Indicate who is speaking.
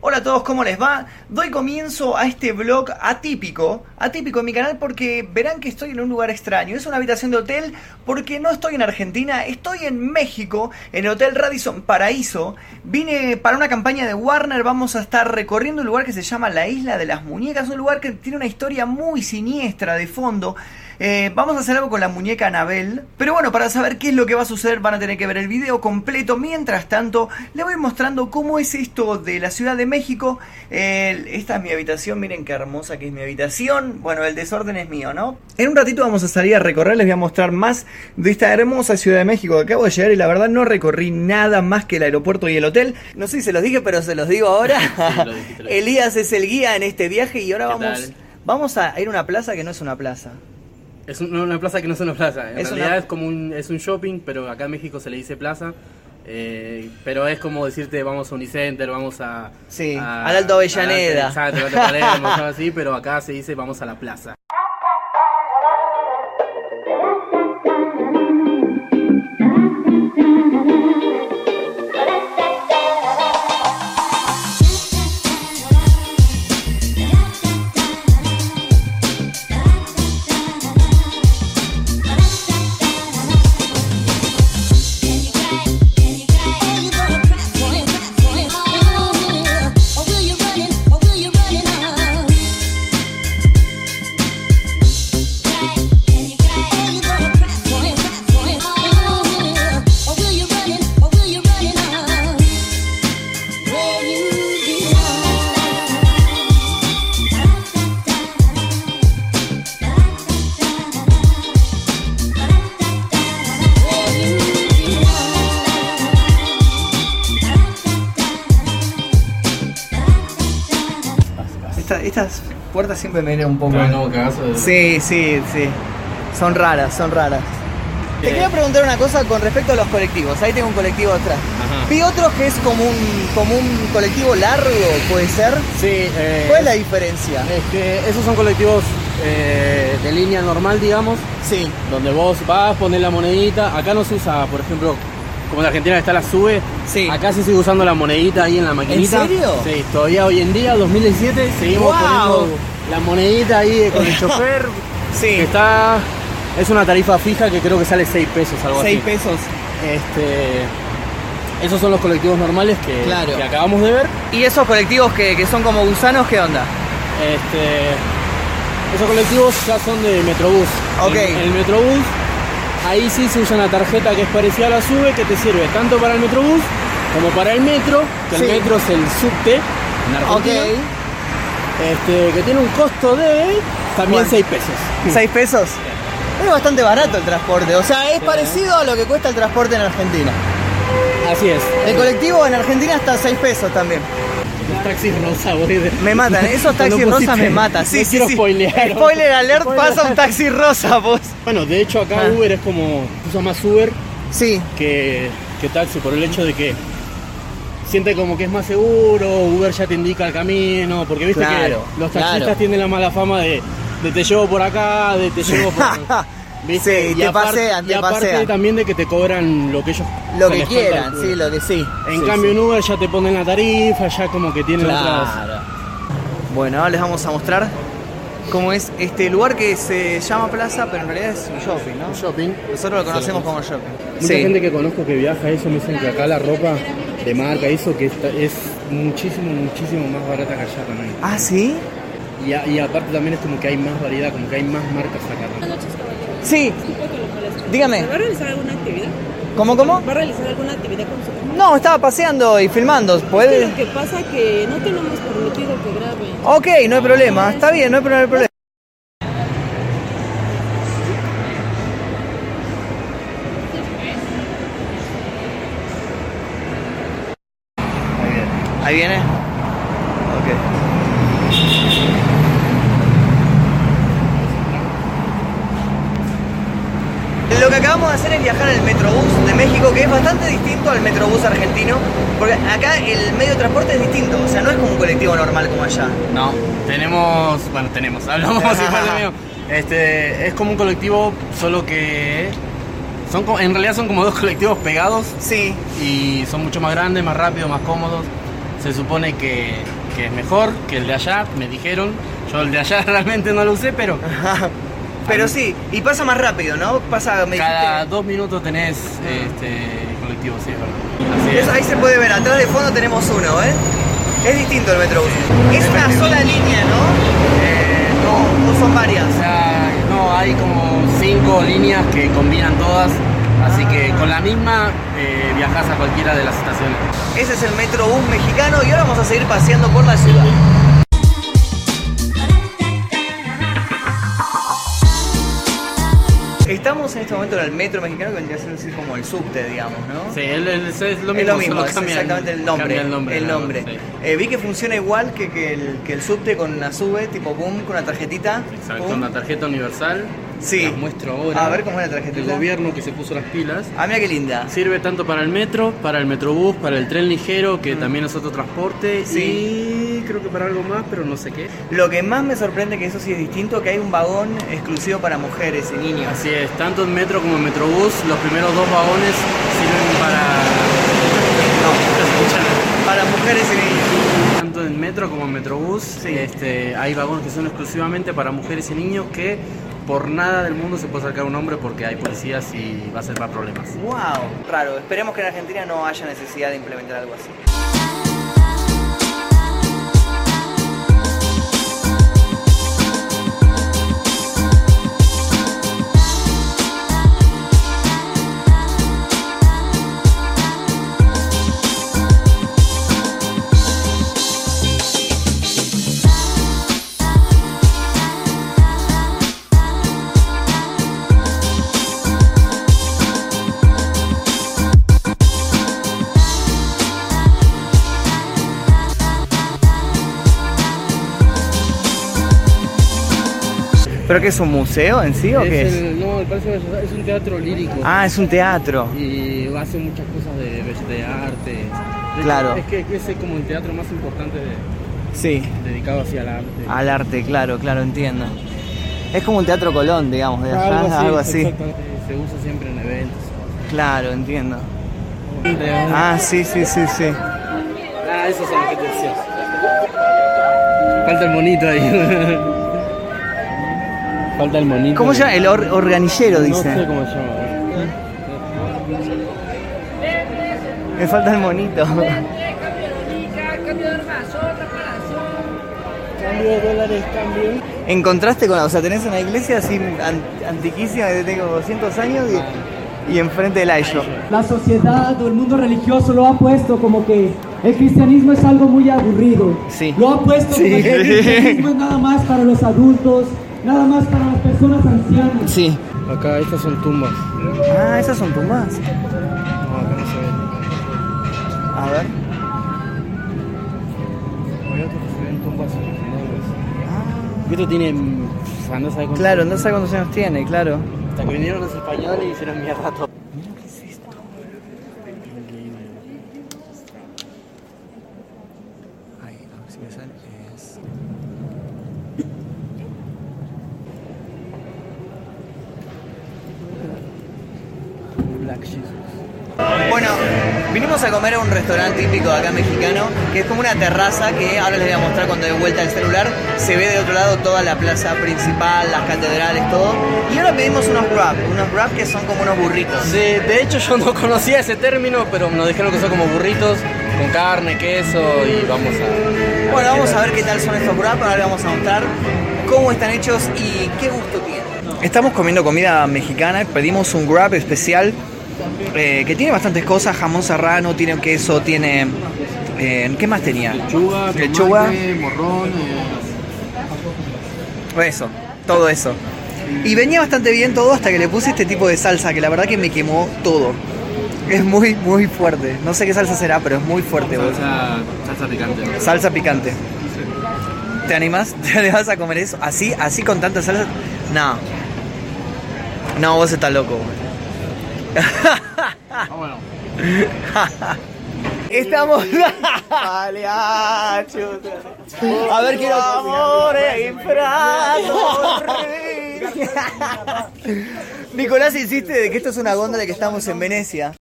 Speaker 1: Hola a todos, ¿cómo les va? Doy comienzo a este vlog atípico, atípico en mi canal porque verán que estoy en un lugar extraño. Es una habitación de hotel porque no estoy en Argentina, estoy en México, en el Hotel Radisson Paraíso. Vine para una campaña de Warner, vamos a estar recorriendo un lugar que se llama la Isla de las Muñecas, un lugar que tiene una historia muy siniestra de fondo. Eh, vamos a hacer algo con la muñeca Anabel, pero bueno, para saber qué es lo que va a suceder van a tener que ver el video completo. Mientras tanto, les voy mostrando cómo es esto de la Ciudad de México. Eh, esta es mi habitación, miren qué hermosa que es mi habitación. Bueno, el desorden es mío, ¿no? En un ratito vamos a salir a recorrer, les voy a mostrar más de esta hermosa Ciudad de México. Acabo de llegar y la verdad no recorrí nada más que el aeropuerto y el hotel. No sé si se los dije, pero se los digo ahora.
Speaker 2: Sí, lo dijiste, lo dijiste.
Speaker 1: Elías es el guía en este viaje y ahora
Speaker 2: ¿Qué
Speaker 1: vamos,
Speaker 2: tal?
Speaker 1: vamos a ir a una plaza que no es una plaza.
Speaker 2: Es un- una plaza que no es una plaza. En
Speaker 1: Es
Speaker 2: realidad
Speaker 1: una-
Speaker 2: es como un, es un shopping, pero acá en México se le dice plaza. Eh, pero es como decirte vamos a Unicenter, vamos a...
Speaker 1: Sí, al Alto Avellaneda.
Speaker 2: al Alto- exacto, al Alto Palermo, algo así, pero acá se dice vamos a la plaza.
Speaker 3: Are you gonna press me? Or will you run it? Or will you run it on? Are you gonna press me? Or will you run it? Or will you run it on? Where you
Speaker 1: Esta- estas puertas siempre me dieron un poco.
Speaker 2: cagazo
Speaker 1: Sí, sí, sí. Son raras, son raras.
Speaker 2: Eh,
Speaker 1: Te quería preguntar una cosa con respecto a los colectivos. Ahí tengo un colectivo atrás.
Speaker 2: Ajá.
Speaker 1: Vi otro que es como un, como un colectivo largo, puede ser.
Speaker 2: Sí, eh,
Speaker 1: ¿Cuál es la diferencia?
Speaker 2: es que esos son colectivos eh, de línea normal, digamos.
Speaker 1: Sí.
Speaker 2: donde vos vas, pones la monedita. Acá no se usa, por ejemplo, como en Argentina está la sube.
Speaker 1: Sí.
Speaker 2: Acá se sigue usando la monedita ahí en la maquinita.
Speaker 1: ¿En serio?
Speaker 2: Sí, todavía hoy en día, 2017, seguimos
Speaker 1: ¡Guau!
Speaker 2: poniendo la monedita ahí eh, con el chofer. que
Speaker 1: Sí.
Speaker 2: Está. Es una tarifa fija que creo que sale 6 pesos, algo así.
Speaker 1: Seis pesos.
Speaker 2: Este. Esos son los colectivos normales que,
Speaker 1: Claro.
Speaker 2: que acabamos de ver.
Speaker 1: ¿Y esos colectivos que, que son como gusanos, qué onda?
Speaker 2: Este, esos colectivos ya son de Metrobús.
Speaker 1: Ok.
Speaker 2: En, en el Metrobús, ahí sí se usa una tarjeta que es parecida a la SUBE, que te sirve tanto para el Metrobús como para el Metro, que
Speaker 1: Sí.
Speaker 2: el Metro es el subte en Argentina,
Speaker 1: Ok.
Speaker 2: este, que tiene un costo de también
Speaker 1: ¿Cuál?
Speaker 2: 6 pesos.
Speaker 1: ¿Seis pesos? Es bastante barato el transporte. O sea, es
Speaker 2: Sí.
Speaker 1: parecido a lo que cuesta el transporte en Argentina.
Speaker 2: Así es.
Speaker 1: El colectivo en Argentina está a seis pesos también.
Speaker 2: Los taxis rosa, boludo.
Speaker 1: Me matan, esos taxis
Speaker 2: No
Speaker 1: rosas
Speaker 2: pusiste-
Speaker 1: me matan.
Speaker 2: no
Speaker 1: Sí, sí,
Speaker 2: quiero
Speaker 1: sí.
Speaker 2: spoilear.
Speaker 1: Spoiler alert,
Speaker 2: Spoiler
Speaker 1: pasa un
Speaker 2: alert.
Speaker 1: taxi rosa, vos.
Speaker 2: Bueno, de hecho acá
Speaker 1: Ah.
Speaker 2: Uber es como, se usa más Uber
Speaker 1: Sí,
Speaker 2: que, que taxi por el hecho de que siente como que es más seguro, Uber ya te indica el camino, porque viste
Speaker 1: Claro,
Speaker 2: que los taxistas
Speaker 1: claro.
Speaker 2: tienen la mala fama de, de te llevo por acá, de te llevo por...
Speaker 1: Sí, te
Speaker 2: aparte-
Speaker 1: pasean, te
Speaker 2: y aparte
Speaker 1: pasean.
Speaker 2: también de que te cobran lo que ellos...
Speaker 1: lo
Speaker 2: se
Speaker 1: que
Speaker 2: les cuenta
Speaker 1: quieran,
Speaker 2: al
Speaker 1: sí,
Speaker 2: Uber.
Speaker 1: lo que sí.
Speaker 2: En
Speaker 1: Sí,
Speaker 2: cambio
Speaker 1: sí.
Speaker 2: en Uber ya te ponen la tarifa, ya como que tienen otras...
Speaker 1: Claro. Bueno, ahora les vamos a mostrar cómo es este lugar que se llama plaza, pero en realidad es un shopping, ¿no?
Speaker 2: Shopping.
Speaker 1: Nosotros lo conocemos como shopping.
Speaker 2: Mucha gente que conozco que viaja eso me dicen que acá la ropa de marca, eso que está- es muchísimo, muchísimo más barata que allá también.
Speaker 1: Ah, sí.
Speaker 2: Y, a- y aparte también es como que hay más variedad, como que hay más marcas acá.
Speaker 4: Buenas noches, caballero.
Speaker 1: Sí, dígame.
Speaker 4: ¿Va a realizar alguna actividad?
Speaker 1: ¿Cómo, cómo?
Speaker 4: ¿Va a realizar alguna actividad con su familia?
Speaker 1: No, estaba paseando y filmando.
Speaker 4: Lo
Speaker 1: ¿Puede?
Speaker 4: que pasa que no tenemos permitido que grabe.
Speaker 1: Ok, no hay problema. Está bien, no hay problema. no hay problema. Ahí viene. Ok. Lo que acabamos de hacer es viajar en el Metrobús de México, que es bastante distinto al Metrobús argentino, porque acá el medio de transporte es distinto, o sea, no es como un colectivo normal como allá.
Speaker 2: No, tenemos, bueno, tenemos, hablamos igual de mío. Este, es como un colectivo, solo que son co- en realidad son como dos colectivos pegados
Speaker 1: Sí,
Speaker 2: y son mucho más grandes, más rápidos, más cómodos. Se supone que que es mejor que el de allá, me dijeron. Yo el de allá realmente no lo usé, pero
Speaker 1: Pero sí, y pasa más rápido, ¿no? Pasa, me
Speaker 2: cada
Speaker 1: dijiste-
Speaker 2: dos minutos tenés este, colectivo, sí, es verdad. Así
Speaker 1: Eso ahí se puede ver, atrás de fondo tenemos uno, ¿eh? Es distinto el Metrobús. Es una sola línea, ¿no?
Speaker 2: Eh, no,
Speaker 1: O son varias.
Speaker 2: o sea, no, hay como cinco líneas que combinan todas, así que con la misma eh, viajás a cualquiera de las estaciones.
Speaker 1: Ese es el Metrobús mexicano y ahora vamos a seguir paseando por la ciudad. Estamos en este momento en el metro mexicano que vendría a ser decir como el subte, digamos, ¿no?
Speaker 2: Sí, el- el- es lo mismo,
Speaker 1: Es lo mismo,
Speaker 2: solo
Speaker 1: es
Speaker 2: cambia
Speaker 1: exactamente el nombre.
Speaker 2: cambia el nombre. nada más,
Speaker 1: nombre.
Speaker 2: sí.
Speaker 1: Eh, vi que funciona igual que, que el, que el subte con una sube, tipo boom, con una tarjetita.
Speaker 2: Exacto,
Speaker 1: pum.
Speaker 2: una tarjeta universal.
Speaker 1: Sí.
Speaker 2: Las muestro ahora.
Speaker 1: A ver cómo es la tarjeta.
Speaker 2: El gobierno que se puso las pilas.
Speaker 1: Ah, mira qué linda.
Speaker 2: Sirve tanto para el metro, para el metrobús, para el tren ligero, que también es otro transporte.
Speaker 1: Sí.
Speaker 2: Y creo que para algo más, pero no sé qué.
Speaker 1: Lo que más me sorprende que eso sí es distinto, que hay un vagón exclusivo para mujeres y niños.
Speaker 2: Así es, tanto en metro como en metrobús, los primeros dos vagones sirven para.
Speaker 1: No,
Speaker 2: ¿Se escucha?
Speaker 1: para mujeres y niños.
Speaker 2: Tanto en metro como en metrobús, este, hay vagones que son exclusivamente para mujeres y niños que por nada del mundo se puede sacar un hombre porque hay policías y va a ser más problemas.
Speaker 1: Wow, raro. Esperemos que en Argentina no haya necesidad de implementar algo así. ¿Pero qué es un museo en sí o qué es?
Speaker 2: no, el Palacio de es un teatro lírico.
Speaker 1: Ah, es un teatro.
Speaker 2: y hace muchas cosas de, de arte. De hecho,
Speaker 1: Claro.
Speaker 2: Es que ese es como el teatro más importante de-
Speaker 1: Sí,
Speaker 2: dedicado hacia el arte.
Speaker 1: al arte, claro, claro, entiendo. Es como un teatro Colón, digamos, de allá, algo así.
Speaker 2: exactamente. Se usa siempre en eventos.
Speaker 1: Claro, entiendo. Ah, sí, sí, sí, sí.
Speaker 2: Ah, esos son los que te decía. Falta el monito ahí. Falta el monito.
Speaker 1: ¿Cómo se llama? El or- organillero,
Speaker 2: No sé
Speaker 1: dice.
Speaker 2: cómo se llama.
Speaker 1: Me falta el monito.
Speaker 2: Cambio de dólares, cambio.
Speaker 1: En contraste con, o sea, tenés una iglesia así an- antiquísima que tengo 200 años y, y enfrente del Ayo.
Speaker 5: La sociedad o el mundo religioso lo ha puesto como que el cristianismo es algo muy aburrido.
Speaker 1: Sí.
Speaker 5: Lo ha puesto
Speaker 1: Sí.
Speaker 5: como que el cristianismo es nada más para los adultos, nada más para las personas ancianas.
Speaker 1: Sí.
Speaker 2: Acá, estas son tumbas.
Speaker 1: Ah, esas son tumbas.
Speaker 2: No, acá no se ven.
Speaker 1: A ver.
Speaker 2: Hay otros que se ven tumbas originales.
Speaker 1: Ah,
Speaker 2: Esto tiene. mm, Andás a ver cuánto-
Speaker 1: claro, no sé cuántos años tiene, claro.
Speaker 2: Hasta que vinieron los españoles y hicieron mierda todo.
Speaker 1: Ay, a ver si me sale. Es-
Speaker 2: Black Jesus.
Speaker 1: Bueno, vinimos a comer a un restaurante típico de acá mexicano, que es como una terraza que ahora les voy a mostrar cuando dé vuelta el celular. Se ve del otro lado toda la plaza principal, las catedrales, todo. Y ahora pedimos unos wrap, unos wrap que son como unos burritos.
Speaker 2: Sí, de hecho yo no conocía ese término, pero nos dijeron que son como burritos con carne, queso y vamos a...
Speaker 1: Bueno, vamos a ver qué tal son estos wrap, ahora les vamos a mostrar cómo están hechos y qué gusto tienen. Estamos comiendo comida mexicana, pedimos un wrap especial eh, que tiene bastantes cosas, jamón serrano, tiene queso, tiene... eh, ¿Qué más tenía?
Speaker 2: Lechuga,
Speaker 1: Lechuga.
Speaker 2: morrón, eh.
Speaker 1: Eso, todo eso. Y venía bastante bien todo hasta que le puse este tipo de salsa, que la verdad que me quemó todo. Es muy, muy fuerte. No sé qué salsa será, pero es muy fuerte. boludo.
Speaker 2: salsa, salsa picante.
Speaker 1: Salsa picante. ¿Te animas? ¿Te animas a comer eso? ¿Así, así con tanta salsa? No. No, vos estás loco. boludo.
Speaker 2: Ah, bueno.
Speaker 1: Estamos... ah, A ver, quiero... Nicolás, insiste de que esto es una góndola que estamos en Venecia.